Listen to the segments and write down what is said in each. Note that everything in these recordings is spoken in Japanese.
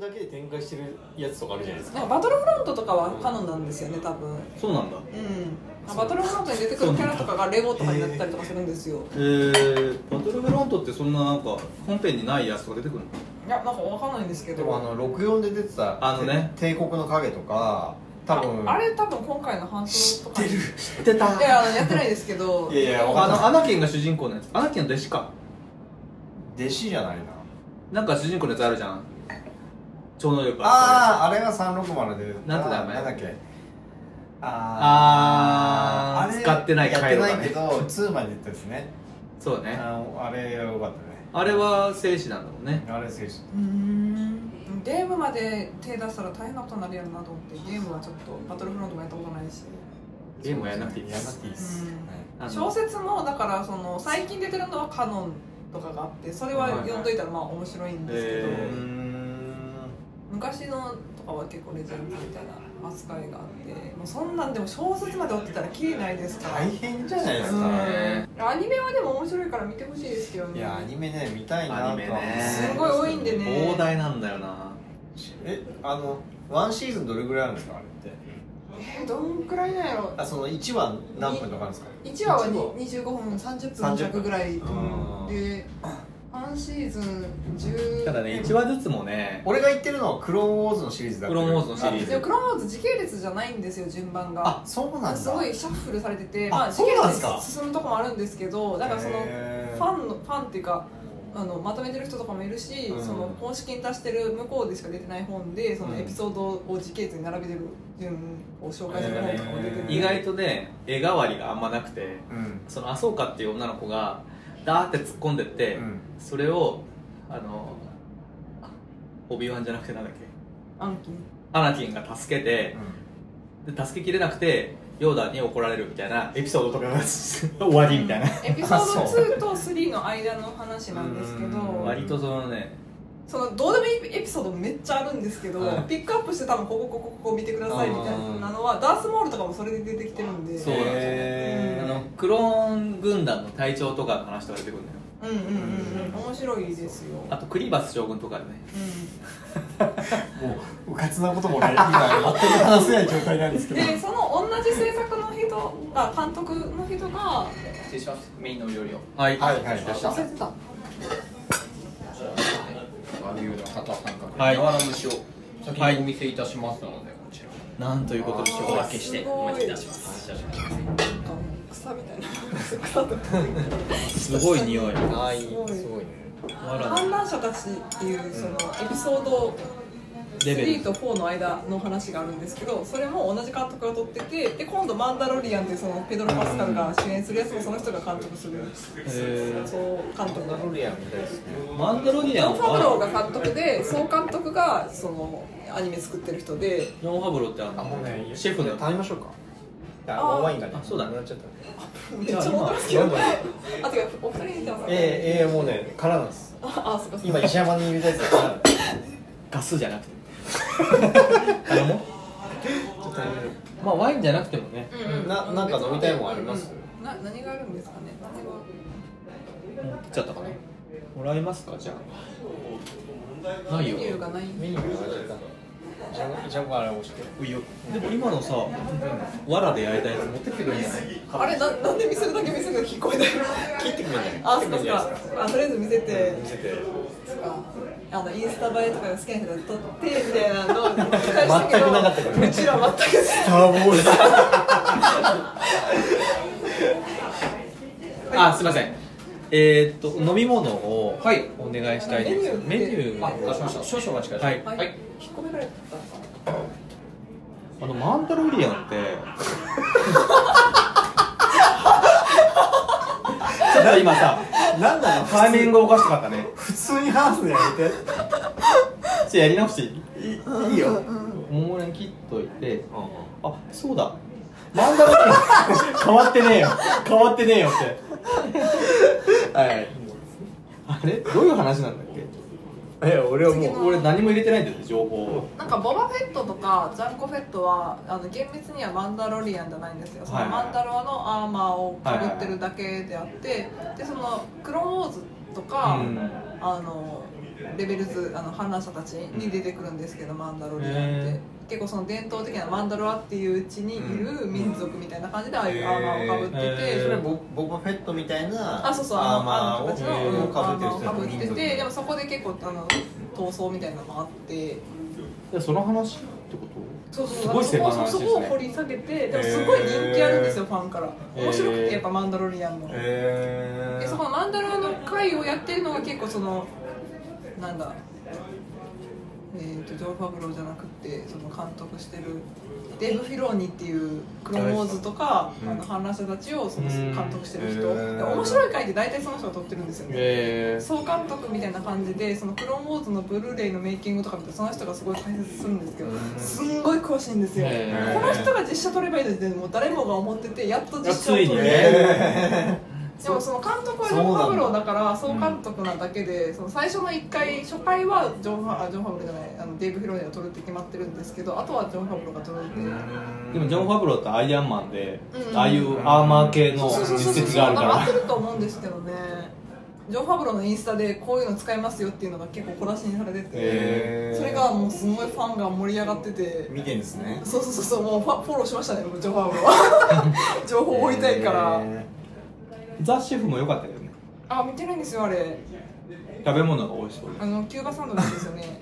だけで展開してるやつとかあるじゃないですかねバトルフロントとかはカノンなんですよね多分うんそうなんだあバトルフロントに出てくるキャラとかがレゴとかになったりとかするんですよえー、バトルフロントってそんななんか本編にないやつとか出てくるのいやなんかわかんないんですけでどもあの64で出てたあのね帝国の影とか多分ああれ多分今回の半袖とかに知ってたいやあのやってないですけどいやいやわかあんないのアナキンが主人公のやつアナキンの弟子か弟子じゃないななんか主人公のやつあるじゃん超能力あああれが360でなんて名前なんだっけあああーれ使ってないやって回路がねないけど2まで出ったですねそうあねのあれよかったねあれは生死なんだもんねあれ選手うーんゲームまで手出したら大変なことになるやろなと思ってゲームはちょっとバトルフロントもやったことないしゲームはやらなくていいでやらなくすていいです、うんはいあの小説もだからその最近出てるのはカノンとかがあってそれは読んどいたらまあ面白いんですけど、はいはいはいえうーん昔のとかは結構レジェンドみたいな扱いがあってもうそんなんでも小説まで追ってたらきりないですから大変じゃないですか、うんアニメはでも面白いから見てほしいですけどねいやアニメね見たいなとはアニメねすごい多いんでね膨大なんだよなえあのワンシーズンどれぐらいあるんですかあれってえーどんくらいなんやろあその1話何分とかあるんですか1話は一に25分30分弱ぐらいうんで半シーズン10ただね1話ずつもね俺が言ってるのはクローンウォーズのシリーズだってクローンウォーズのシリーズでもクローンウォーズ時系列じゃないんですよ順番あがそうなんだすごいシャッフルされててあまあ時そう系なん列すかで進むとこもあるんですけどだからそのへーファンのファンっていうかあのまとめてる人とかもいるし、うんその公式に出してる向こうでしか出てない本でそのエピソードを時系列に並べてる順を紹介する本とかも出てへてー意外とね絵代わりがあんまなくてうんそのアソーカっていう女の子がダーって突っ込んでって、うんそれをあのオビワンじゃなくてなんだっけ暗記アナキンが助けてで助けきれなくてヨーダに怒られるみたいなエピソードとかが 終わりみたいな、エピソードあそう2と3の間の話なんですけうんど割とそのねそのどうでもいいエピソードめっちゃあるんですけど、はいピックアップして多分ここここここ見てくださいみたいなのはダースモールとかもそれで出てきてるんでそうなんですよへあーのクローン軍団の隊長とかの話とか出てくるんだようんうんうんうん面白いですよあとクリバス将軍とかねうもううかつなことも俺今全く話せない状態なんですけ ん、どでその同じ制作の人が監督の人が失礼しますメインのお料理をはいはいはい忘れてた和牛の肩三角はい柔ら蒸しを先はいにお見せいたしますのでこちらなんということでしょうおあか分けしてすごいお待ちいたしますなんか草みたいな草とかすごい匂いあすごいすごいねわら観覧車たちっていうそのエピソードレベル3と4の間の話があるんですけどそれも同じ監督が撮っててで今度「マンダロリアン」ってそのペドロ・パスカルが主演するやつもその人が監督するーそう監督ナロリアンみたいですねマンダロニジアョンン・ファブローはが監督で総監督がそのアニメ作ってる人でジョン・ファブローってあのシェフの頼みましょうかあーワインがねあそうだなくねなっちゃっためっちゃ踊るんですけどどんどんあてかお二人見てますかええええもうね空なんですああそっかそっ今か石山にいるやつだからガスじゃなくて あ れもまあワインじゃなくてもねうんうんななんか飲みたいもんありますうんな何があるんですかね何がもう切っちゃったかなもらえますかじゃあないメよニューがないメニューがちゃった石山があれ押していいよでも今のさわらで焼いたやつ持ってきてくれないあれななんで見せるだけ見せるの聞こえない切ってくれないあそっかそっかあとりあえず見せて見せてそっかあのインスタ映えとかが好きな人が撮ってみたいなのを全く全くなかったからねうちら全くあもうあすいませんえー、っと飲み物をお願いしたいんですよメメニニューュあ、出ーしました少々お待ちくだはさいいはい、はい引っ込められてたんですかあのマンダロリアン ってちょっと今さ何なのタイミングおかしかったね普通に話すのやめてちょっとやり直していいいいよ桃ね切っといてあそうだマン ダロリアン変わってねえよ変わってねえよってはいあれどういう話なんだっけえ俺はもう俺何も入れてないんだよね情報をなんかボバフェットとかジャンコフェットはあの厳密にはマンダロリアンじゃないんですよそはのいはいマンダロアのアーマーをかぶってるだけであってでそのクローンウォーズとか、うんあのレベルズあの観覧者たちに出てくるんですけど、マンダロリアンって、へ結構その伝統的なマンダロアっていううちにいる民族みたいな感じでああいうアーマーをかぶってて、へーそれボボバフェットみたいなあそうそうアあーのあマのー形のをうんかぶってる人アーマーをたかぶちっててでもそこで結構あの闘争みたいなのもあっていやその話ってこそとうそうすごいそ狭いこ話そですねこを掘り下げてでもすごい人気あるんですよ、ファンからへー面白くてやっぱマンダロリアンの、えでそこのマンダロの会をやってるのが結構そのなんだえー、とジョー・ファブローじゃなくてその監督してるデーブ・フィローニっていうクロモーズとか、うんあの反乱者たちをそのうん監督してる人、へーで面白い回って大体その人が撮ってるんですよね、えー、総監督みたいな感じでそのクローンウォーズのブルーレイのメイキングとか見てその人がすごい解説するんですけどすんごい詳しいんですよこへーの人が実写撮ればいいのにもう誰もが思っててやっと実写を撮ついにるねでもその監督はジョン・ファブローだから総監督なだけでその最初の1回初回はジョン・ファあジョンファブローじゃないあのデーブ・フィローネが撮るって決まってるんですけどあとはジョン・ファブローが撮るんで。でもジョン・ファブローってアイアンマンで、うんああいうアーマー系のそうそうそうそう実績があるかなんら合ってると思うんですけどねジョン・ファブローのインスタでこういうの使いますよっていうのが結構小出しにされてて、へそれがもうすごいファンが盛り上がってて見てんですねそうそうそうそうもうファフォローしましたねジョン・ファブロ ー情報を追いたいから、へザ・シェフも良かったけどねあ見てるんですよあれ食べ物が美味しそうあのキューバサンドなんですよね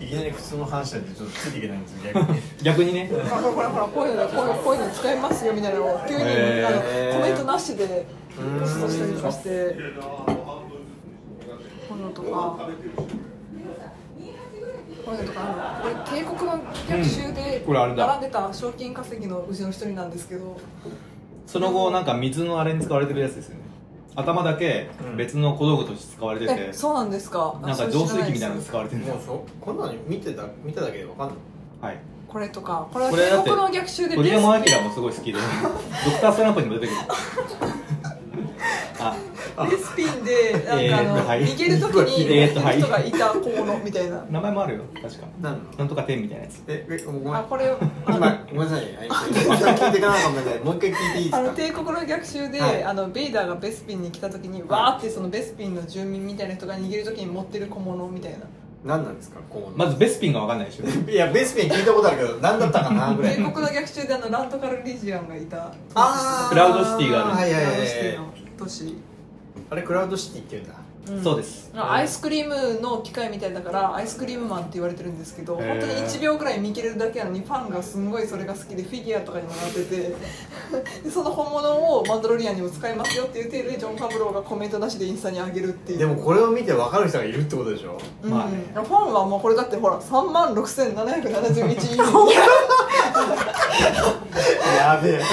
ーいきなり普通の話なんでちょっとついていけないんですよ逆に逆にねあほらほらこういうのこういうこういうの使いますよみたいなのを急にあのへーコメントなしでポストしたりとかしてこういうのとかこういうのとかあのこれ帝国の逆襲でうんこれあれだ並んでた賞金稼ぎのうちの一人なんですけどその後なんか水のあれに使われてるやつですよね頭だけ別の小道具として使われてて、えそうなんですかなんか浄水器みたいなのでにす使われてるんですもようそこんなの見てた見ただけでわかんないはいこれとかこれはこれだ帝って国の逆襲で鳥ベス山明もすごい好きで ドクタースランプにも出てくるあレスピンでなんかあの、えーっとはい逃げる時にえーっとはい人がいたこうのみたいな 名前もあるよ確かなんなんとか天みたいなやつええごめんあこれ今ごめんなさいはい また聞いていかなかったんでもう一回聞いていいであのすか帝国の逆襲で、はいあのベイダーがベスピンに来た時にわーってそのベスピンの住民みたいな人が逃げる時に持ってる小物みたいな何なんですかこうまずベスピンが分かんないでしょいやベースペン聞いたことあるけど何だったか なぐら帝い国の逆襲であのラントカルリジアンがいたあークラウドシティがあるはいはいラはンドシいはティいの都市、あれクラウドシティって言うんだんそうですあアイスクリームの機械みたいだからアイスクリームマンって言われてるんですけどへー本当に1秒ぐらい見切れるだけなのにファンがすんごいそれが好きでフィギュアとかにもなってて でその本物をマンドロリアンにも使いますよっていう程度でジョン・ファブローがコメントなしでインスタに上げるっていうでもこれを見て分かる人がいるってことでしょうんまあねファンはもうこれだってほら3万6771人やべえだ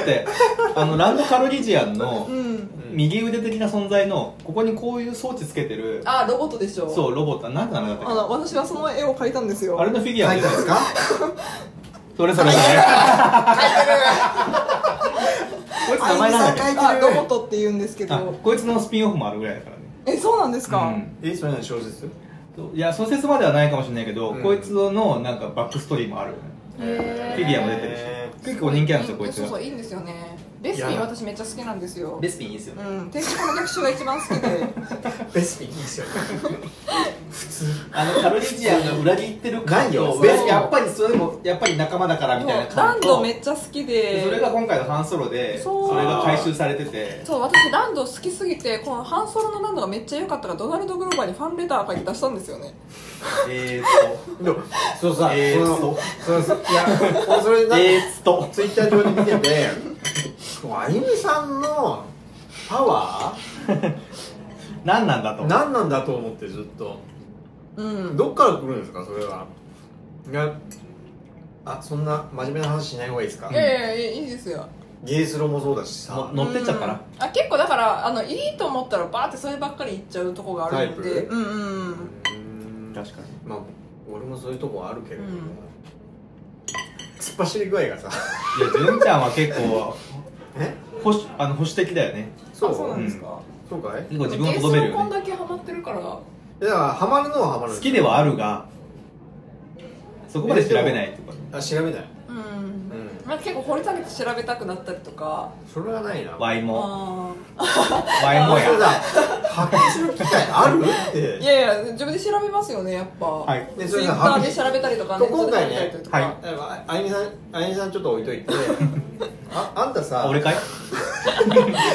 ってあのランドカルリジアンのうん右腕的な存在のここにこういう装置つけてるあロボットでしょうそうロボットなんて名前だったっあの私はその絵を描いたんですけよあれのフィギュア書もい出てたんるですかそれそれそれこいつ名前なんだっあロボットって言うんですけけあどこいつのスピンオフもあるぐらいだからねえそうなんですか、うんえそれ何小説そういや小説まではないかもしれないけど、うんこいつのなんかバックストーリーもあるよねへーフィギュアも出てるしへ結構人気あるんですよこいつそうそがういいんですよねベスいピンや私めっちゃ好きなんですよスピンいいですようん帝国の逆襲が一番好きでベースペンいいですよあのカルリジアンが裏切ってるな感いとよベースやっぱりそれもやっぱり仲間だ からみたいなそうラ感ンじドとめっちゃ好きででそれが今回のハンソロでそうそれが回収されててそう私ランド好きすぎてこのハンソロのランドがめっちゃ良かったからドナルド・グローバーにファンレター書いて出したんですよねえーっでもそうさ、えーそのそうそういや俺それとなんえかーっとツイッター上で見ててあゆみさんのパワ何なんだとー何なんだと思ってずっとうんどっから来るんですかそれはいやあそんな真面目な話しない方がいいですかいやいやいやいいですよゲイスロもそうだしのさ乗ってっちゃったなうんあ結構だからあのいいと思ったらバーってそればっかり言っちゃうとこがあるのタでイプうんううんん確かにまあ俺もそういうとこあるけれども、うん突っ走り具合が さいや純ちゃんは結構え保守あの保守的だよねそうあそうなんですか、そうかい結構自分をとどめるゲスのよこんねだけハマってるからだからハマるのはハマる好きではあるがそこまで調べないってことあ調べないうんうんまあ、結構掘り下げて調べたくなったりとかそれはないなワイモあワイモやそうだ発見する機会あ るっーていやいや自分で調べますよねやっぱ、はいでそツれイッでターで調べたりとかネット今で調回べたりねとか、はああゆみさんあゆみさんちょっと置いと いてああんたさ俺かい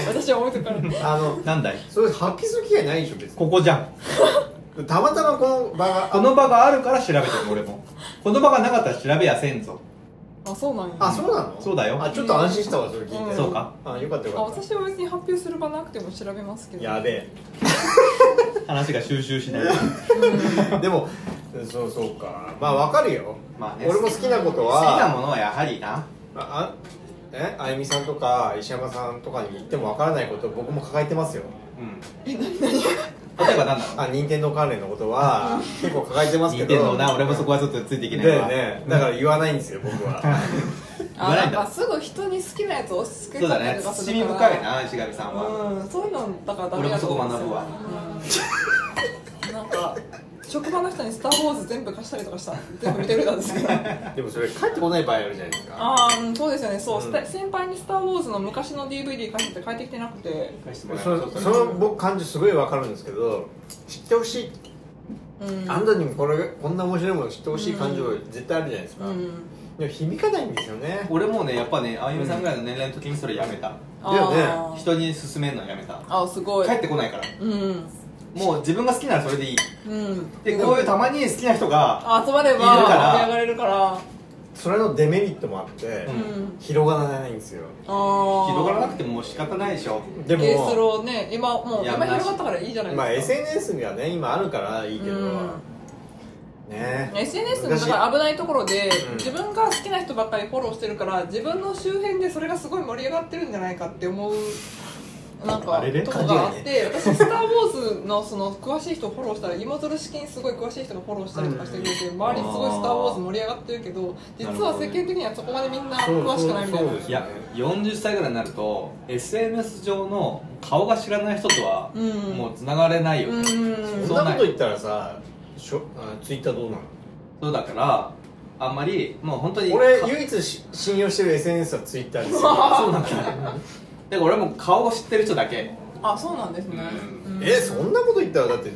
私は思ってからあのなんだいそれ発揮する機会ないでしょ別ここじゃんにたまたまこの場がこの場があるから調べてる俺もこの場がなかったら調べやせんぞあそうなんやあそうなのそうだよあちょっと安心したわそれ聞いてそうかあよかったよあかった私は別に発表する場なくても調べますけどやべ話が収集しないえ でもそうそうかまあわかるよ、まあね俺も好きなこと好はきなものはやはりなああえあゆみさんとか石山さんとかに言ってもわからないことを僕も抱えてますようん例えば何だろうあ任天堂関連のこと は結構抱えてますけ任ど天堂な俺もそこはちょっとついていけないだよわねだから言わないんですよ僕は あ言わないなんんだかすぐ人に好きなやつ押し付けそうちゃだったねりとかす慎るみから深いな石上さんはうんそういうのだからダメだと思うんですよ俺もうんなんか職場の人に「スター・ウォーズ」全部貸したりとかした全部見てくれたんですけどでもそれ帰ってこない場合あるじゃないですかああそうですよねそう、うんスタ先輩に「スター・ウォーズ」の昔の DVD 貸してて帰ってきてなくてそその僕感じすごいわかるんですけど知ってほしい、うんあんたにもこれこんな面白いもの知ってほしい感情絶対あるじゃないですか、うんでも響かないんですよね俺もねやっぱねあゆみさんぐらいの年齢の時にそれやめたあだよねー人に勧めるのやめたあーすごい帰ってこないからうんもう自分が好きならそれでいいうんでこういうたまに好きな人があ集まればいるから盛り上がれるからそれのデメリットもあって、ううんん広がらないんですよああ広がらなくてももう仕方ないでしょでもゲースローね今もうやん今ないし広がったからいいじゃないですまか、あ SNS がね今あるからいいけど、うんね SNS の難だしいから危ないところで、うん自分が好きな人ばっかりフォローしてるから自分の周辺でそれがすごい盛り上がってるんじゃないかって思うなんかあれれとこがあって、私「スター・ウォーズの」その詳しい人をフォローしたら芋づる式にすごい詳しい人がフォローしたりとかしてくれて、周りすごい「スター・ウォーズ」盛り上がってるけど実は世間的にはそこまでみんな詳しくないみたいそうそなうそうですいや40歳ぐらいになると SNS 上の顔が知らない人とはうんもうつながれないようね、んそんなこと言ったらさしょあツイッターどうなのそうだからあんまりもう本当に俺か唯一し信用してる SNS はツイッターですよ そうなんだだから俺も顔を知ってる人だけあそうなんですね、ううんえそんなこと言ったらだ って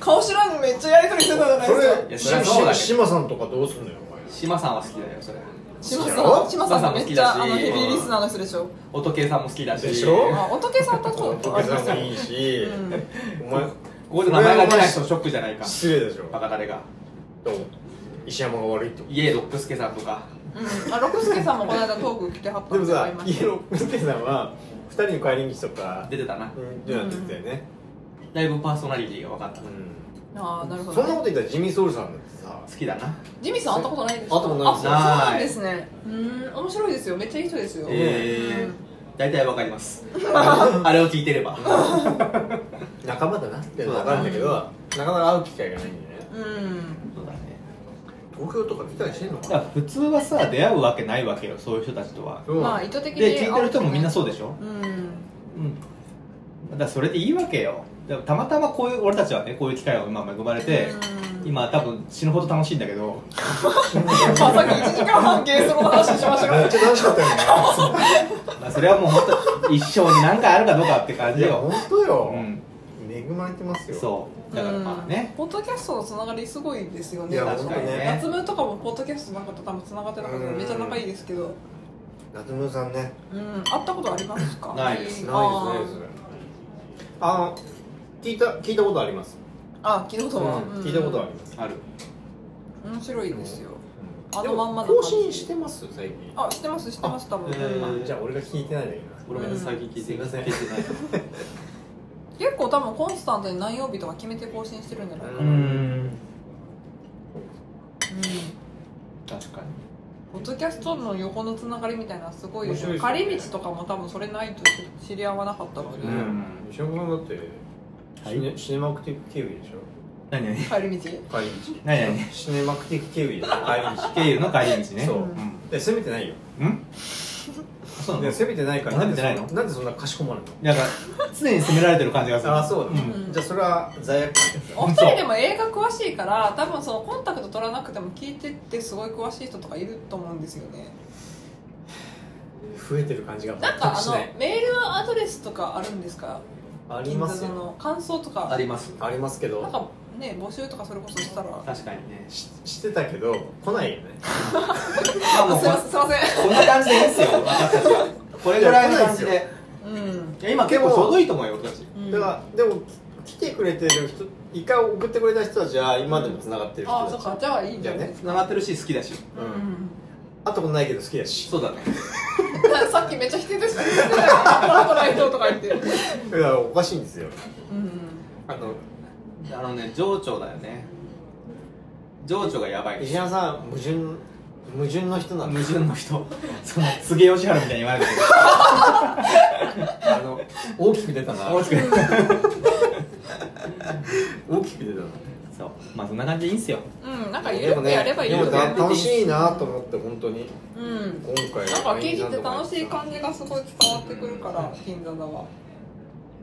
顔知らんめっちゃやりとりしてたじゃないですかそれやしそりゃそうだけどし志麻さんとかどうすんのよお前島さんは好きだよそれ志麻知らさんん志麻さんめっち志麻さんゃあも好きのだしヘビーリスナーの人でしょ音計さんも好きだしでしょあおとけさんとそうお 客ありましさたんもいいし、お前ここで名前が出ない人ショックじゃないか失礼でしょバカタレがどう石山が悪いってこイエロックスケさんとかうんあ六輔さんもこの間トーク来てはとったでんもで会さいまし家たの運転さんは二人の帰り道とか出てたなうんでなってたよね、だいぶパーソナリティが分かったう好んああなるほそどんなねこと言ったらジミー・ソウルさんだってさきだなジミーさん会ったことないです会ったことないあですそうなんですねうん面白いですよめっちゃいい人ですようえーん大体わかりますあれを聞いてれば仲間だなって分かるんだけどなかなか会う機会がないんでねうんそうだね東京とか来たりしてんのかだから普通はさ出会うわけないわけよそういう人たちとはそうまあ意図的にで聞いてる人もみんなそうでしょうんうんだからそれでいいわけよだからたまたまこういう俺たちはねこういう機会を今恵まれてうん今多分死ぬほど楽しいんだけどまあさっき1時間半ゲースロの話しましたけめっどちゃ楽しかったよねまあそれはもう本当に一生に何回あるかどうかって 感いじやよ本当よ、うん恵まれてますよそうだからまあねうんポッドキャストのつながりすごいですよいねや確かにね夏目とかもポッドキャストなんかと多分つながってなかったけどめっちゃ仲いいですけど夏目さんねうん、会ったことありますか。ないですあーあの聞いた聞いたことあります、あ、聞いたことは、聞いたことあります、あるうん。面白いですよ。うんあのまんまのでも感更じ新してます最近あ、知ってます、知ってます、多分。あえーうんじゃあ俺が聞いてないんだけ俺もね最近聞いてうんすいません聞いてない結構多分コンスタントに何曜日とか決めて更新してるんじゃないかな。ううんん。ん確かポッドキャストの横のつながりみたいなのすごいです面よ。白い借でりす道とかも多分それないと知り合わなかっ たのでど。うねん石山さんだってシネ,、はいシネマクティブケウイでしょに何何帰り道。帰り道何何シネマクティブケウイでしょ帰り道経由の帰り道ねそううんで攻めてないようんそうなでの攻めてないから攻めてないのんでそんなんでそんなかしこまるのだから常に責められてる感じがするあそうだ、んじゃあそれは罪悪感ですよお二人でも映画詳しいから多分そのコンタクト取らなくても聞いてってすごい詳しい人とかいると思うんですよね増えてる感じがなん全かくあしのないメールアドレスとかあるんですかあります銀座よの感想とかありますありますけなんどかね募集とかそれこそしたらあ確かにねししてたけど来ないよねまあもうすいませんすいませこんな感じでいいですよ私たちはこれぐらいの感じでんうんいや今結構ちょうどいいと思うよ私たちうんだからでもき来てくれてる人一回送ってくれた人たちは今でもつながってる人ああそたっちかじゃあいいんじゃないですつながってるし好きだしうか、うんん会ったことないけど好きだしそうだねさっきめっちゃ否 定ですしてたよパラパラ移動とか言ってうんだからおかしいんですよあのあのね情緒だよね情緒がやばい石原さん矛盾矛盾の人なん矛です盾の人その杉吉原みたいに言われてるあの大きく出たな大きく大きく出たなそうまあそんな感じでいいんすようん、うん、なんかゆるくやればいいでよもねだ楽しいなと思って本当にうん今回なんかケーキって楽しい感じがすごい伝わってくるから銀座だわ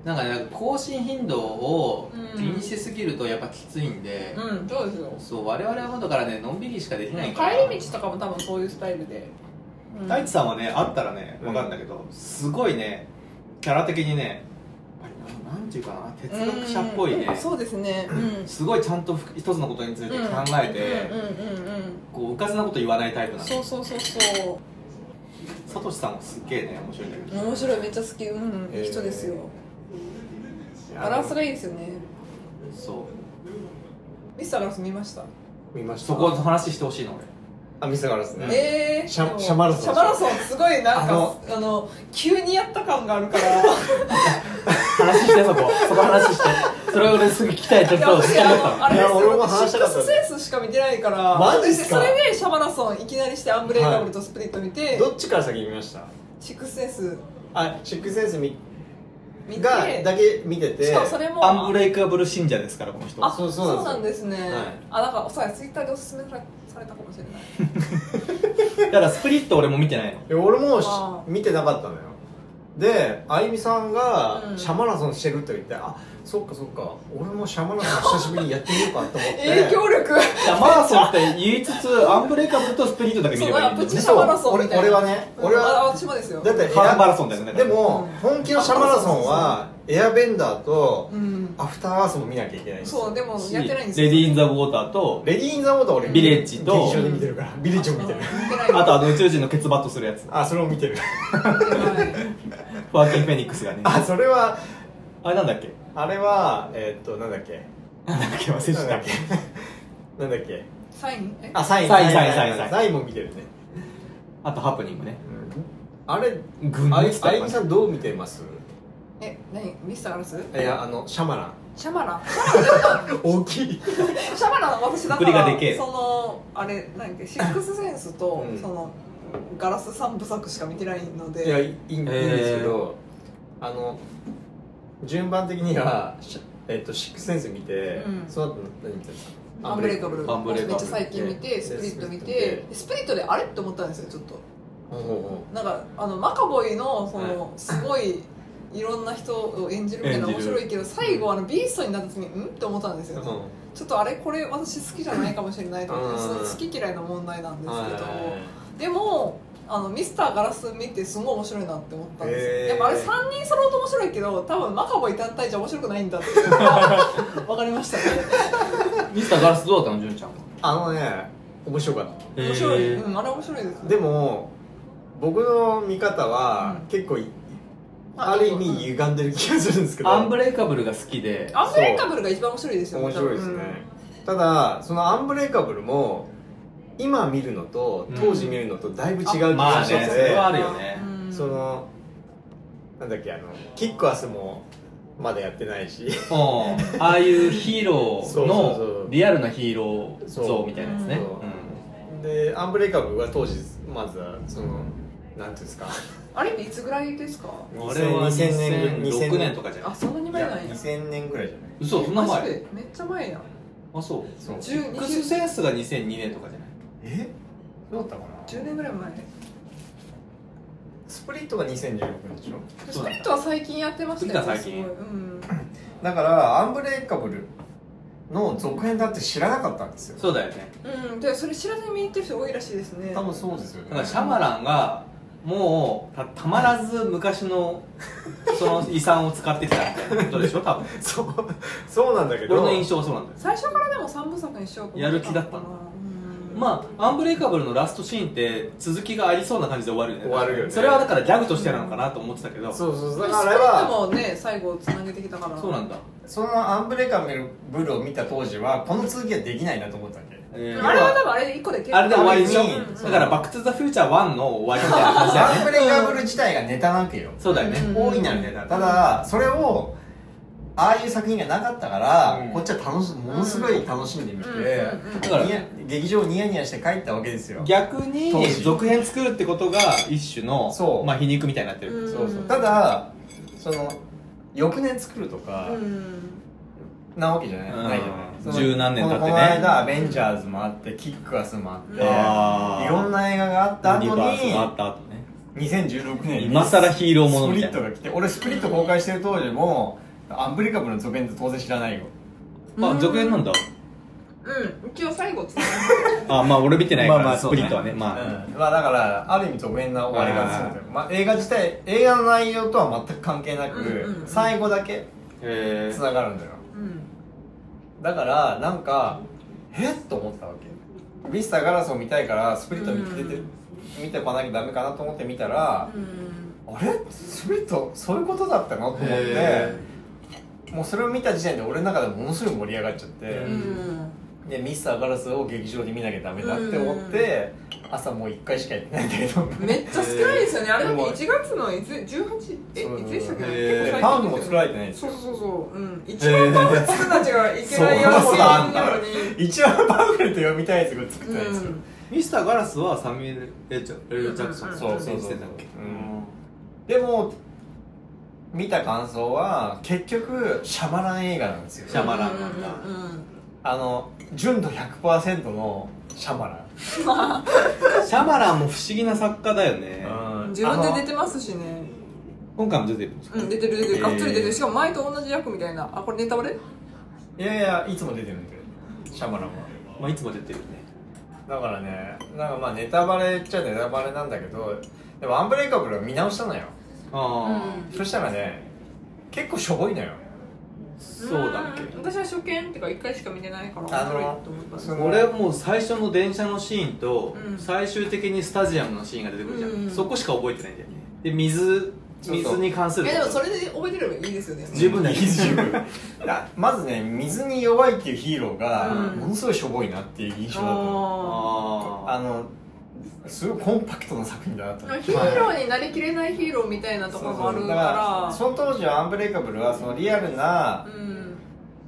なんかね更新頻度を気にしすぎるとやっぱきついんで、うんそうですよそう我々はもうだからねのんびりしかできないから帰り道とかも多分そういうスタイルで、うん大地さんはね会ったらねうん分かるんだけど、すごいねキャラ的にねあれななんていうかな哲学者っぽいね、うんそうですねうんすごいちゃんと一つのことについて考えて、うんうんうんうんこううかつなこと言わないタイプなのそうそうそうそサトシさんもすっげえね面白いんだけうど面白いめっちゃ好きうん、えー人ですよバランスがいいですよねそミスターガラス見ました見まうしたそこの話してほしいの俺あミスガラスね、えー、シャでもシャマラソンシャマラソンすごいなんかああのの急にやった感があるから 話してそこそこ話してそれ俺すぐ聞きたいといや私あのあれですいや俺も話したよかシったックスセンスしか見てないからマジっすか私それでシャマラソンいきなりしてアンブレイカブルとスプリット見て、どっちから先見ましたシックスセンスあシックスセンスみ見てがだけ見ててしかもそれもアンブレイカブル信者ですからこの人あはそうそうななんんですね、はいあなんかさツイッターでおすすめされたかもしれないだからスプリット俺も見てないのいや俺もしあー見てなかったのよであゆみさんがうんシャマラソンしてるって言って、あそっかそっか俺もシャマラソン久しぶりにやってみようかと思って影響力いやマラソンって言いつつアンブレイカブルとスプリットだけ見ればいいんだそうだよプねチシャマラソンみたいな俺俺はね俺はあ私もですよだってハーフマラソンだよねでも本気のシャマラソンはエアベンダーとうんアフターアースも見なきゃいけないんですよそうでもやってないんですレディー・イン・ザザ・ウォーターとレディー・イン・ザ・モーター俺ビレッジと劇場で見てるからビレッジも見てるあとあの宇宙人のケツバットするやつあそれも見てるファーキン・フェニックスがねあそれはあれなんだっけあれはえーっとなんだっけなんだっけ忘れなんてただっけなんだっけサインえあサインサインサインササイインンサインも見てるねあとハプニングねあれぐんあゆねあゆみさんどう見てますえ何ミスターガラスいやあのシャマランシャマラ大きいンシャマラン私だか振りらがでけえそのあれ何だっけシックスセンスと、うんそのガラス三部作しか見てないのでいやいいいいんですけど、あの順番的には、しえっとシックスセンス見て、うんその後何見てたのアンブレイカブルアンブレイめカブルっちゃ最近見てでスプリット見スプリてットスプリットであれって思ったんですよちょっとほうほなんかあのマカボイのその、すごいいろんな人を演じるみたいな演面じる白いけど最後あのビーストになった時にうんって思ったんですうよ、ほううんちょっとあれこれ私好きじゃないかもしれないと思って、うんその好き嫌いの問題なんですけど、はいでもあのミスターガラス見てすごい面白いなって思ったんですよ、へーやっぱあれ3人揃うと面白いけど多分マカボイ単体じゃ面白くないんだって わかりましたねミスターガラスどうだったの純ちゃんはあのね面白かっ面白い、うんあれ面白いですたでも僕の見方は、うん結構いある意味うん歪んでる気がするんですけどアンブレイカブルが好きでアンブレイカブルが一番面白いですよ面白いですね、ただそのアンブレイカブルも今見るのと当時見るのとだいぶ違う気あまがあしてねて、それはあ多る分よねうんうんそのなんだっけあのキックアスもまだやってないしうんああいうヒーロそうそーうそのうリアルなヒーロー像みたいなやつねそうでアンブレイカブルは当時まずはそのなんていうんですかあれっていつぐらいですかうんあれは2000年2006年とかじゃなあいそんなにい前なやんや2000年ぐらいじゃない嘘そんなマジ前でめっちゃ前やんあそうそうシックスセンスが2002年とかじゃないえどうだったかな10年ぐらい前スプリットが2016年でしょスプリットは最近やってましたよねスプリットは最近すごいうんだからアンブレイカブルの続編だって知らなかったんですよそうだよねうん、でそれ知らずに見に行ってる人多いらしいです ね多分そうですよだねからシャマランがもうたたまらず昔のその遺産を使ってきたみたいなことでしょ多分そうそうなんだけ俺どの印象はそうなんだよ最初からでも三部作にしようと思やる気だったののうんまあ、アンブレイカブルのラストシーンって続きがありそうな感じで終わるよね終わるよねそれはだからギャグとしてなのかなと思ってたけどそうそうスだプからあれーンはもね最後つなげてきたからそうなんだ、そのアンブレカブルを見た当時はこの続きはできないなと思ったわけえあれは多分あれ一個で結構あれで終わりでしょ、うんうんだから「バック・トゥ・ザ・フューチャー1」の終わりみたいな感じだ よアンねブレカブル自体がネタなわけよそうだよね、うん大いなるネタただそれをああいう作品がなかったから、うんこっちは楽しものすごい楽しんでみて、うんうんうんだからニヤ劇場をニヤニヤして帰ったわけですよ逆に当時続編作るってことが一種のそうまあ、皮肉みたいになってる、うんそうそうただその翌年作るとかうんなわけじゃない,、うんないよねその十何年経ってこねのこの間アベンジャーズもあってキックアスもあってあーいろんな映画があったユニ後バースにがあった後ね2016年に今更ヒーローものみたいスプリッなトが来て俺スプリット公開してる当時もアンブリカブルの続編って当然知らないよあ続編なんだうん一応最後つなあまあ俺見てないから、まあまあスそうプねリットはねまあ、うんまあだからある意味続編な終わり方するんだよ、まあ、映画自体映画の内容とは全く関係なく、うんうんうん最後だけえつながるんだようんだからなんかえっと思ったわけビスタガラスを見たいからスプリット見てて、うん見てこなきゃダメかなと思って見たら、うんあれスプリットそういうことだったのと思ってへもうそれを見た時点で俺の中でものすごい盛り上がっちゃって、うんでミスターガラスを劇場で見なきゃダメだって思って、朝もう1回しかやってないんだけどめっちゃ少ないですよね、あれだって1月のいつ18えそういつでしたっけ、結構最近えーですよねファンも作られてないですそようそうそううん一番パワフルたちがいけないようそうなになのに一番パーフェクト読みたいやつが作ってないんですよ、ミスターガラスはサミュエル・エルジャクソンそうそうそう出てたっけうんでも見た感想は結局シャマラン映画なんですよシャマランなんだうんうんうんあの純度100%のシャマラン、シャマランも不思議な作家だよねうん自分で出ててますしね今回も出てるんですかうん出てる出てるえーがっつり出てるしかも前と同じ役みたいなあこれネタバレいやいやいつも出てるんでシャマランはまあいつも出てるねだからねなんかまあネタバレっちゃネタバレなんだけどでもアンブレイカブルは見直したのよああそしたらね結構しょぼいのよそうだっけん私は初見ってか一回しか見てないからあの面白いと思ったんですその俺はもう最初の電車のシーンとうん最終的にスタジアムのシーンが出てくるじゃん、うんそこしか覚えてないんだよねで水そうそう水に関するえこでともそれで覚えてればいいですよね 十分だよ水あまずね水に弱いっていうヒーローがうんものすごいしょぼいなっていう印象だったの、ああああのすごいコンパクトな作品だなと思っーてヒーローになりきれないヒーローみたいなところもあるだからかその当時はアンブレイカブルはそのリアルならうん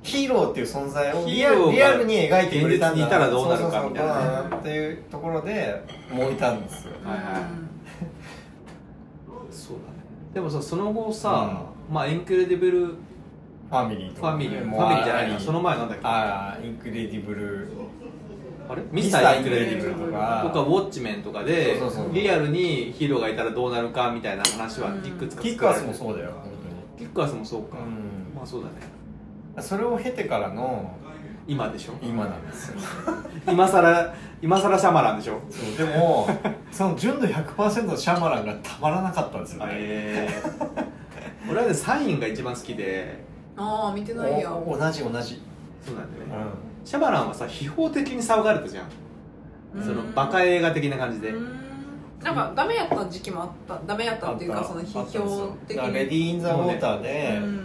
ヒーローっていう存在をヒリーアロールがリアルに描いてくれたんだ現実にいたらどうなるかみたそういなねそうそうどうなるっていうところで燃えたんですよはいはいそうだねでもさその後さ、まあインクレディブルフファミリーとかァミリー、もフうァミリーじゃないあなその前なんだっけあああインクレディブルれミスターインクレディブルミスターインクレディブルととかウかォッチメンとかでそうそうそうリアルにヒーローがいたらどうなるかみたいな話はいくつかキッ作クらアれスてもるそうだよ本キックアスもそう当か、にうんまあそうだねそれを経てからの今でしょ今なんですよ今さら今さらシャマランでしょそうでも その純度100%のシャマランがたまらなかったんですよね、えー俺はねサインが一番好きでああ見てないやお同じ同じ、そうなうんだよね、んシャバランはさ秘宝的に騒がれたじゃん、うんそのバカ映画的な感じで、うんなんかダメやった時期もあったダメやったっていうかその批評的だにからレディー・イン・ザ・ウォーターで、うん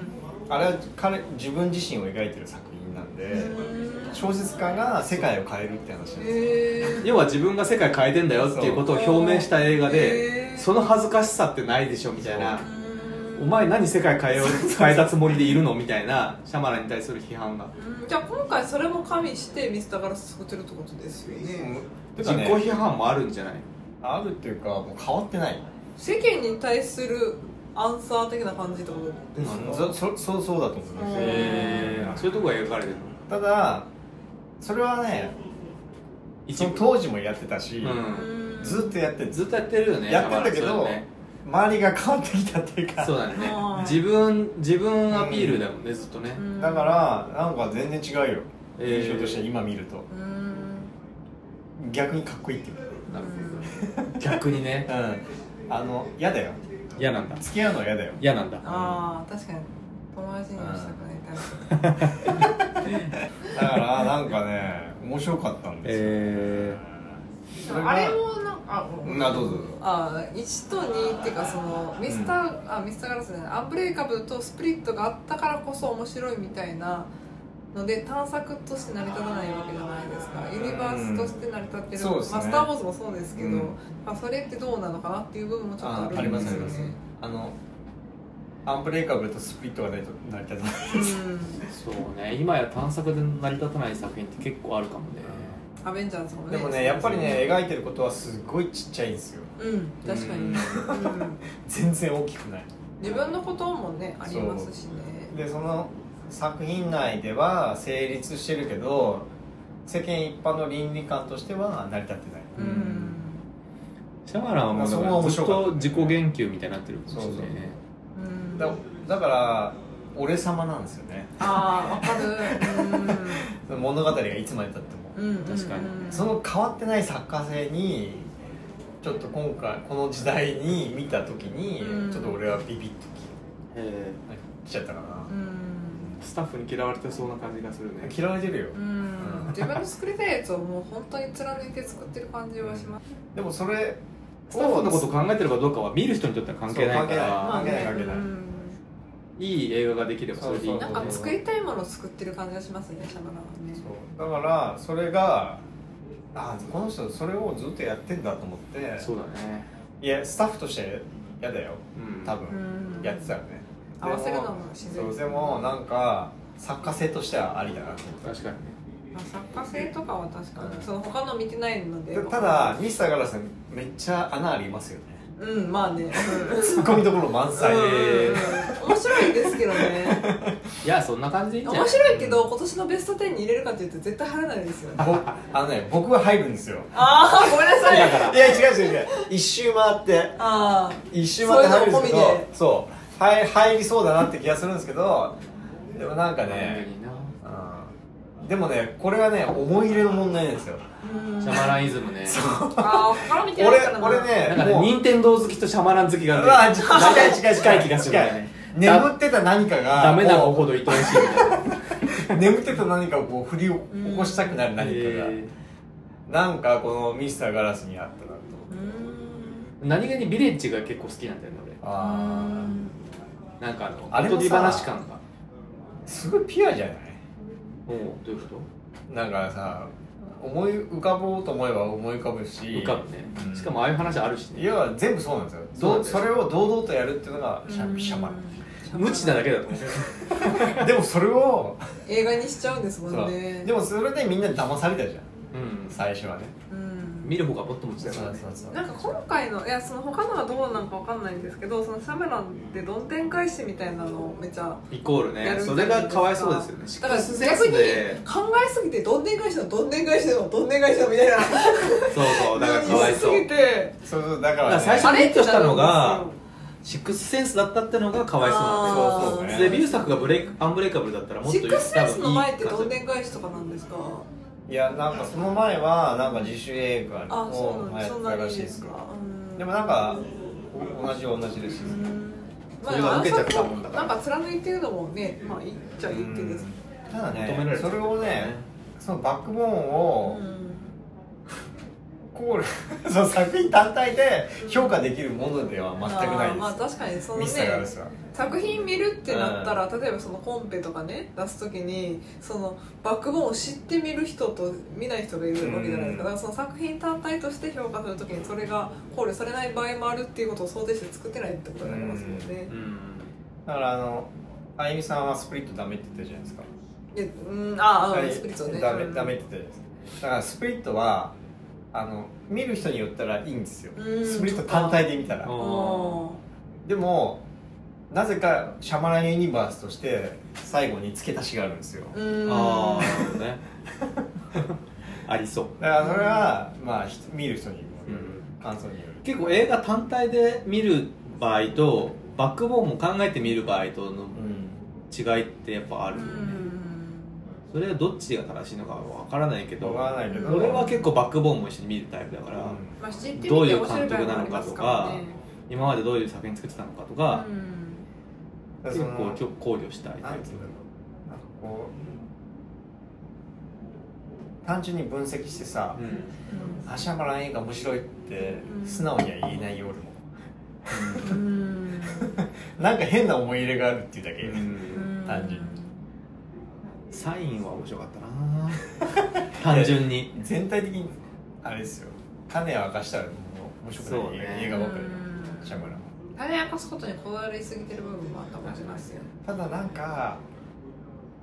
あれは彼自分自身を描いてる作品なんで、うん小説家が世界を変えるって話なんですよ、へー要は自分が世界変えてんだよっていうことを表明した映画へでーその恥ずかしさってないでしょみたいうなんお前何世界変えよう変えたつもりでいるのみたいなシャマランに対する批判が、うんじゃあ今回それも加味してミスターガラス作ってるってことですよね、て自か己ね批判もあるんじゃないあるっていうかもう変わってない世間に対するアンサー的な感じってことですかそそそうそうだと思いますへそういうとこが描かれてるたのだそれはねその当時もやってたし、うんうんずっとやってずずっとやってるよねやってんだけシャマど、ラン周りが変わってきたっていうかそうだねそうだはいね自分自分アピールだもんねずっとねうんだからなんか全然違うよえー印象として今見るとうん逆にかっこいいっていうなるほど逆にねうんあの嫌だよ嫌なんだ付き合うのは嫌だよ嫌なんだああ確かに友達にもしたくないタイプだ からなんかね面白かったんですよ、えそれがあれもなんかあうんあどうぞどうぞあ1と2っていうかそのミスター、あミスターガラスじゃないアンブレイカブルとスプリットがあったからこそ面白いみたいなので探索として成り立たないわけじゃないですかユニバースとして成り立ってる、そうですねマスター・ウォーズもそうですけど、うんまあ、それってどうなのかなっていう部分もちょっとああるありんでますすあよりますねあのアンブレイカブルとスプリットがないと成り立たないうんーそうね今や探索で成り立たない作品って結構あるかもねアベンジャーズもねでもねやっぱりね描いてることはすごいちっちゃいんですようん確かにね、うん、全然大きくない自分のこともねありますしねでその作品内では成立してるけど世間一般の倫理観としては成り立ってないうん、シャマランはもうだかまあらずそっこはと面自白かっ己た言及みたいになってるかもしれないねうんだだから俺様なんですよねああわか る物語がいつまでたっても、うんうんうん確かにその変わってない作家性にちょっと今回この時代に見た時に、うんちょっと俺はビビッとえきちゃったかなう、んスタッフに嫌われてそうな感じがするね嫌われてるよ、うん自分の作りたいやつをもう本当に貫いて作ってる感じはしますでもそれスタッフのことを考えてるかどうかは見る人にとっては関係ないかそうら関係ない関係ないうんいい映画ができればそれでいいなんか作りたいものを作ってる感じがしますねシャバラはねそうだからそれがあこの人それをずっとやってんだと思ってそうだねいやスタッフとして嫌だようん多う分、んやってたよね合わせるのも自然そうでもなんか作家性としてはありだなと思った確かにねまあ作家性とかは確かうんにその他の見てないのでたただミスターガラスめっちゃ穴ありますよね うんまあねうんツッコミどころ満載うん面白いですけどねいやそんな感じでいいんじゃな面い白いけど今年のベスト10に入れるかって言うと絶対入らないですよねぼあのね僕は入るんですよああごめんなさいだからいや違う違う違う一周回ってあ一周回って入るんですけそういうのも込みどでそうはい入りそうだなって気がするんですけどでもなんかねねうんでもねこれはね思い入れの問題なんですよあうんシャマランイズムねああ他から見て俺ないからな俺なんねかねもう任天堂好きとシャマラン好きうわがねちょっと近い近い近い気がするよね近い眠ってた何かがダメな子こほど愛おしいみたいなう眠ってた何かをこう振り起こしたくなる何かが、えなんかこのミスターガラスにあったなとうーんー何気にビレッジが結構好きなんだよねあ俺なんかあのあれもさおとぎ話感がーすごいピュアじゃないおうどういうこなんかさ思い浮かぼうと思えば思い浮かぶしと浮かぶねうんしかもああいう話あるしね要は全部そうなんですよそうなんでどすそれを堂々とやるっていうのがシャシャマ 無知なだけだと思うランでもそれを映画にしちゃうんですもそんうねでもそれでみんな騙されたじゃんうん最初はねうん見る方がもっと無知だからねそなんか今回のいやその他のはどうなんかわかんないんですけどそのシャメランってどんでん返しみたいなのをめちゃイコールやねるそれがかわいそうですよねシだッかクらスセン逆スにで考えすぎてどんでん返しだどんでん返しだどんでん返しだみたいなそうそうだからかわい言いすそうぎてそうそうだだから、かね、ら最初あにれヒットしたのってなるがんですよシックスセンスだったってのがかわいそうなんだよあーそうそうねデビュー作がブレイクアンブレイカブルだったらもっシとックスセンスの前ってどんででん返しとかなんですかいやなんかその前はなんか自主映画あそうをなんでやすっそんてたなにいらいしいでですすよかうんでもなんか同じは同じですよまそれがあ、受けちゃったもんだからなんか貫いてるのもね、まあ、いいっちゃいいってです。ただ求めらねれてそるれをねそのバックボーンうをん。こう その作品単体で評価できるものでは全くないあーでますあ、確かに、そのねミスターガラスは作品見るってなったら、例えば、そのコンペとかね、出すときに。そのバックボーンを知って見る人と、見ない人がいるわけじゃないうですか。んだから、その作品単体として評価するときに、それが考慮されない場合もあるっていうことを想定して作ってないってことになりますもんね。うんだからあのあゆみさんはスプリットダメって言ったじゃないですかいやうん、あーあー、スプリッツをね。ダメダメって言ったじゃないですかだからスプリットはあの見る人によったらいいんですようんスプリット単体で見たらあうん。ーでもなぜかシャマランユニバースとして最後に付け足しがあるんですようん。あーなるほど ねありそうだからそれは、まあひ見る人にもよる、う感想による結構映画単体で見る場合とバックボーンも考えて見る場合とのうん違いってやっぱあうるよね、ん。それはどっちが正しいのかわからないけどわからないけど俺は結構バックボーンも一緒に見るタイプだから、うんまあ、知ってみてどうい面う白い監場合督なもあのりまかすとからかね。今までどういう作品作ってたのかとか、だから結そ構のきょ考慮したいなタイんてプいうんだろうなんかこう単純に分析してさうん、 「芦山蘭映画面白い」って素直には言えないよ俺もうんなんか変な思い入れがあるっていうだけ、うん単純にサインは面白かったな単純に全体的にあれですよ種を明かしたらもう面白くそうない、ね映画ばっかりだうん芦山蘭種明かすことにこだわりすぎてる部分もあったかもしれないですよねただなんか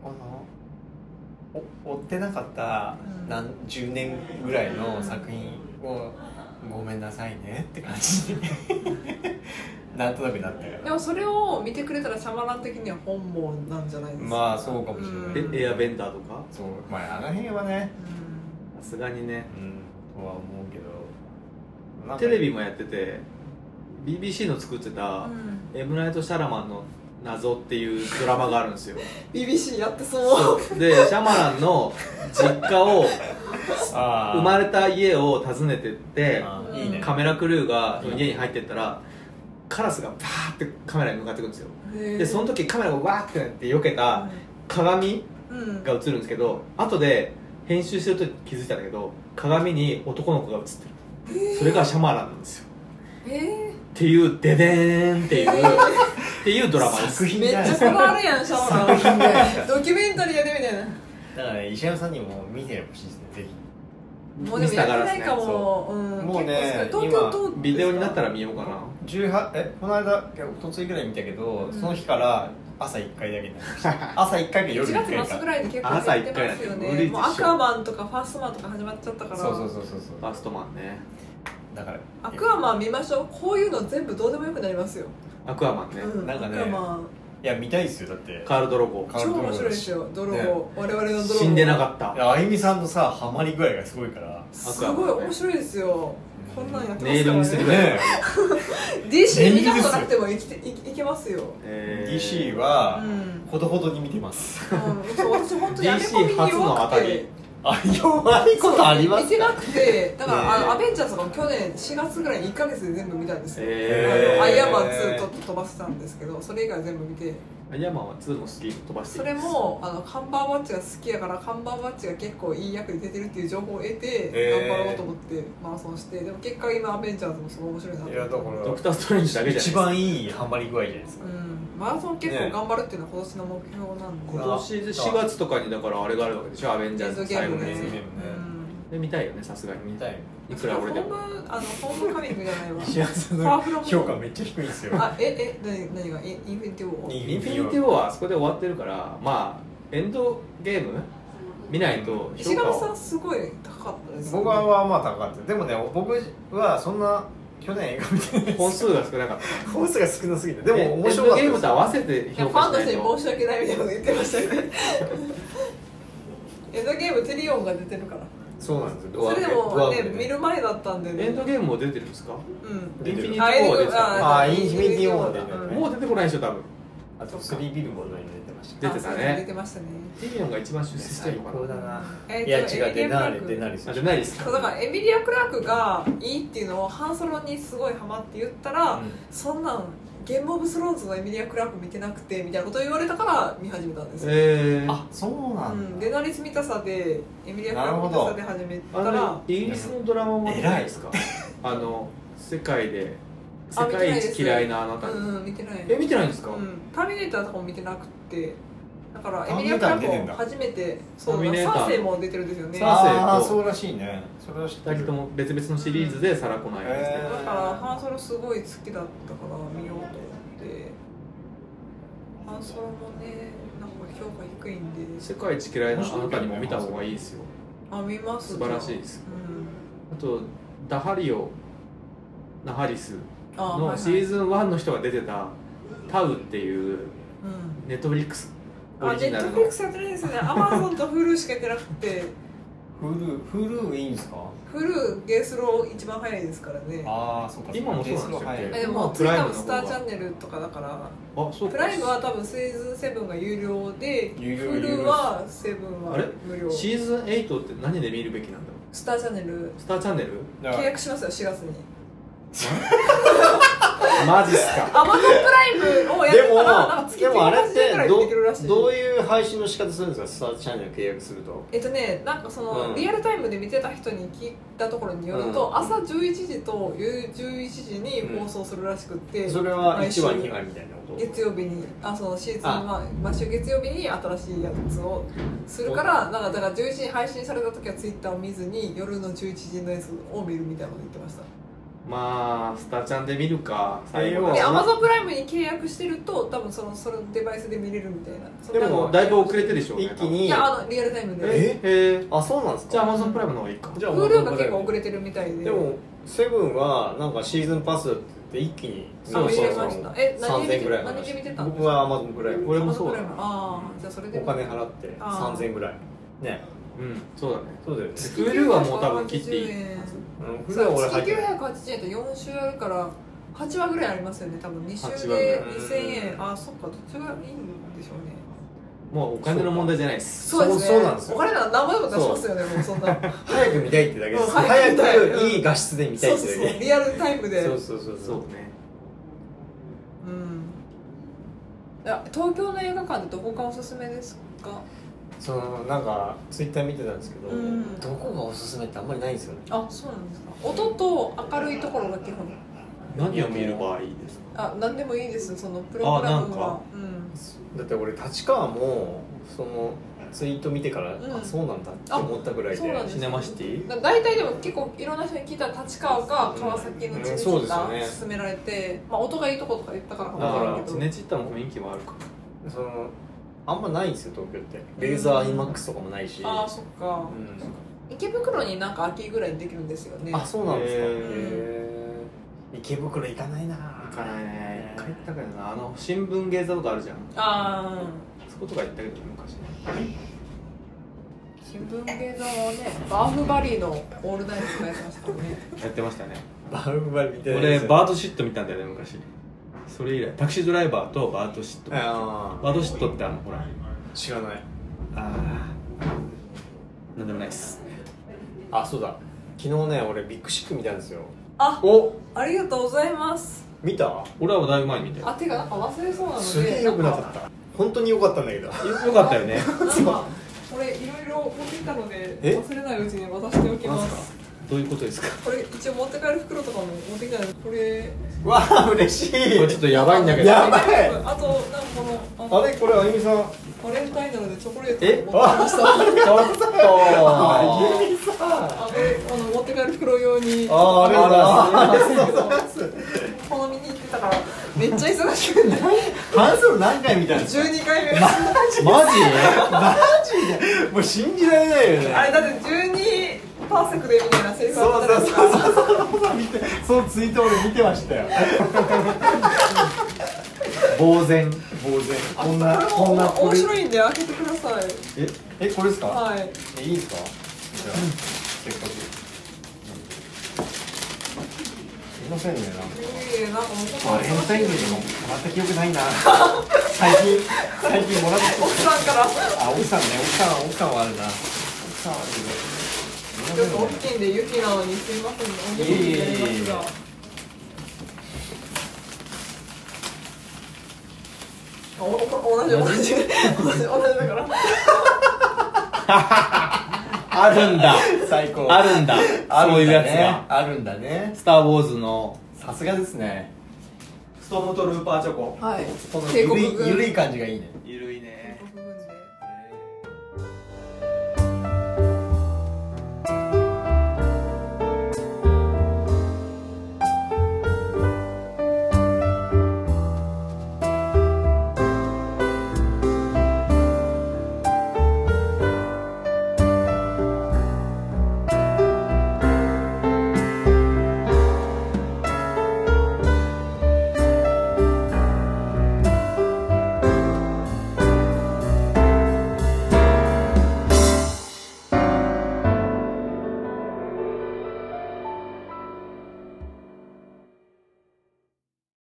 このお追ってなかったうん何10年ぐらいの作品をごめんなさいねって感じになんとなくなったかでらもそれを見てくれたらシャマラン的には本望なんじゃないですかまあそうかもしれない、うんえエアベンダーとかそうまああの辺はねうんさすがにねうんとは思うけどなんかテレビもやってて BBC の作ってたうん「エムナイト・シャラマンの謎」っていうドラマがあるんです よ BBC やってそうでシャマランの実家をあー生まれた家を訪ねてってあーうんいいねカメラクルーが家に入ってったらカラスがバーってカメラに向かってくるんですよでその時カメラがわーってなって避けた鏡うんが映るんですけど後で編集してる時気づいたんだけど鏡に男の子が映ってるそれがシャマランなんですよえっていうデデーンっ ていうっていうドラマです作品ーめっじゃないちゃですこだかわるやんシャマランドキュメンタリーやでみたいなだからね石山さんにも見てほしいですねぜひもうでもやってないかミスターガラも、うん、もうね結構少ない東京ス都ねビデオになったら見ようかな18えこの間いや一昨日ぐらい見たけど、んその日から朝1回だけになりました 朝1回か夜1 1回月末かぐらいに結構やってますよ朝一回だね無理ねでしょもうアクアマンとかファーストマンとか始まっちゃったからそうそうそうそうそうファーストマンねだからアクアマン見ましょうこういうの全部どうでもよくなりますよ、アクアマンね、うん、なんかねアクアマンいや見たいですよだってカール・ドロゴカー超ルドロゴ面白いですよ泥棒、ね我々の泥棒死んでなかったあゆみさんのさハマり具合がすごいからすごい面白いですよこんなんやってネイルまにすすかるらぐらいねね DC 見たことなくてもいきていいけますよ、えー DC はうんほどほどに見て ますうん、そう私本当にアメコミ DC に初の弱当くたてりあ弱いことありま見すてなくてだから、ねえあのアベンジャーズとかも去年4月ぐらいに1か月で全部見たんですよ、えあーのアイアンマン2と飛ばしてたんですけどそれ以外全部見てアイアンマンは2も好き飛ばしていそれもあのカンバーバッチが好きやからカンバーバッチが結構いい役で出てるっていう情報を得てえー頑張ろうと思ってマラソンしてでも結果今アベンジャーズもすごい面白いなとい思やっだてかドクらター・ストレンジだけじゃない一番いいハマり具合じゃないですかうん、マラソン結構頑張るっていうのは今年の目標なんで、ね今年で4月とかにだからあれがあるわけでしょアベンジャーズのゲー最後ムのねやつゲームねで見たいよねさすがに見たいうんいくら俺でもホームあのホームカミングじゃないわ石山さんパワのフル評価めっちゃ低いんですよあええ何何がえインフィニティウォーイインフィニティ・ウォーはあそこで終わってるからまあエンドゲーム見ないと石評上価さをんすごい高かったですよね僕はまあ高かったでもね僕はそんな去年映画見てない本数が少なかった本数が少なすぎてでえも面白かったエンドゲームですと合わせていや評ファ価ンのしない人にと申し訳ないみたいなこと言ってましたよ ねエンドゲームテリオンが出てるからそうなんですよそれでドアもブねでね見る前だったんでねエンドゲームも出てるんですかうんインフィニティ・ウあォーはエン出てドたあーインフィニティウォーだねもう出てこないでしょ多分あとスリービルボードに出てました出てたね出てましたねディミオンが一番出世してるのかなえいやと違うエミリデアクラナーークレデナーレスあじゃないですそかうだからエミリア・クラークがいいっていうのをハンソロにすごいハマって言ったら、うんそんなんゲームオブスローンズのエミリア・クラーク見てなくてみたいなこと言われたから見始めたんですよ、えー、あそうなうん、んデだナリス・ミタサでエミリア・クラーク・ミタサで始めたあらのイギリスのドラマもあるじゃないですかあの世界であ世界見一てな嫌いですいなあなたうに、ん、うん、見てないえ見てないんですか、うん、ターミネーターとかも見てなくてだからタエーミミリネア・ークターもラー出クてんだも初めてそターうミネーターサーセイも出てるんですよねサーだかセイとああそうらしいねそれは知って2人とるも別々のシリーズでサラコナイですねへらハンソロすごい好きだったから見ようと思ってハンソロもねなんか評価低いんで世界一嫌いなあなたにも見た方がいいですよあ見ます素晴らしいですうんあとダハリオナハリスあのシーズズン1の人が出てた「タウ」っていうネットフリックスオあリネジッナトルフリのックスやってないですよねアマゾンと Hulu しかやってなくて Hulu Hulu いいんですか Hulu ゲースロー一番早いですからねああそうか今もそうなんですよはいえでもまあツプイラッイターもムの方スがターチャンネルとかだからあそうプかライムは多分シーズン7が有料で有料 Hulu は7あはれ無料シーズン8って何で見るべきなんだろスターチャンネルうスターチャンネルだか契ら約しますよ4月にマジっすかアマゾンプライムをやってたらなんか月でもあれっ980円ぐらていでどできるらしいどういう配信の仕方するんですかスタートチャンネル契約するとえっとねなんかその、うんリアルタイムで見てた人に聞いたところによると、うん朝11時と夕11時に放送するらしくって、それは毎週1話2話みたいなこと月曜日にあそのシーズンあは毎週月曜日に新しいやつをするからなんかだから11時に配信された時はツイッターを見ずに夜の11時のやつを見るみたいなこと言ってましたまあスタちゃんで見るか最後えで要アはマゾンプライムに契約してると多分そのそのデバイスで見れるみたいなそのでもだいぶ遅れてるでしょうね一気にいやあのリアルタイムでえへえあそうなんですかじゃあ Amazon プライムの方がいいかじゃあ Hulu が結構遅れてるみたいででもセブンはなんかシーズンパスって言って一気にあ見れましたえ何3000で円見ぐてらい何で見てたんです僕かはアマゾンぐらい俺もそうだああーじゃあそれでお金払ってあー3000円ぐらいねうんそうだねそうだよねウルはもう多分切っていい980円うん普そ段う俺入っ月てない980円って4週あるから8話ぐらいありますよね多分2週八話ぐらいで2000円あそっかどっちがいいんでしょうねもうお金の問題じゃないですそうですねそうなんですよお金なら何倍も出しますよねもうそんな早く見たいってだけですうん早く見たい早くいい画質で見たいそっうそうてそうだけリアルタイムでそうそうそうそそううねうんいや東京の映画館でどこがおすすめですかそのなんかツイッター見てたんですけどうんどこがおすすめってあんまりないんですよねあそうなんですか音と明るいところが基本何を見る場合ですかあ何でもいいですそのプログラムはうんだって俺立川もそのツイート見てから、んあそうなんだって思ったぐらいでそうなんですシネマシティだ大体でも結構いろんな人に聞いたら立川か川崎のチネチうんそうでッすタよね勧められて、まあ、音がいいとことか言ったからかだもだかしれらんけチどネチッタの雰囲気もあるかそのあんまないんですよ東京ってレーザーアイマックスとかもないし、ああそっかうん池袋になんか秋ぐらいにできるんですよねあそうなんですかへーへー池袋行かないな行かないね一回行ったけどなあの新聞芸座とかあるじゃんあーそことか行ったけどね昔ね新聞芸座はねバーフバリーのオールナイトとかやってましたからねやってましたねバウバルみたいな俺ーバートシット見たんだよね昔それ以来タクシードライバーとバートシットバあートシットってあのほらー知らないあーなんでもないっすあそうだ昨日ね俺ビッグシック見たんですよあおありがとうございます見た俺はだいぶ前に見たよあてかなんか忘れそうなのですげえ良くなかった本当に良かったんだけどよかったよねなんかこれいろいろ持ってきたのでえ忘れないうちに渡しておきますどういうことですかこれ一応持って帰る袋とかも持ってきたのでこれわあ嬉しこれいちょっとやばいんだけ どやばいあとなんかこのあのあれこれあゆみさんバレンタインなのでチョコレートえを持ってきましたちょっとゆみさんあのあの持って帰る袋用にあーありがとうございます好みに行ってたからめっちゃ忙しくてハンソロ何回見たんですか12回目マジもう信じられないよねあれだって12パーセクでみたいな生産だったそうからそのツイート俺見てましたよ呆然呆然こんなここれんなもこ面れ白いんで開けてくださいえこれですかはいえいいですかじゃあせっかくすいませんねなんかいやいやなんかもうちょっとバレンタインデーでももらった記憶ない な最近最近もらった記奥憶さんからあ奥さんね奥さん奥さんはあるな奥さんはあるちけどょっと大きいんで雪なのにすいませんお元気になりますがあおお同じ同じ同じ同じだからあるんだ最高あるんだあるんだねそういうやつがあるんだね「スター・ウォーズ」のさすがですね太もとルーパーチョコはいこの帝ゆ国る軍いゆるい感じがいいねゆるいね帝国軍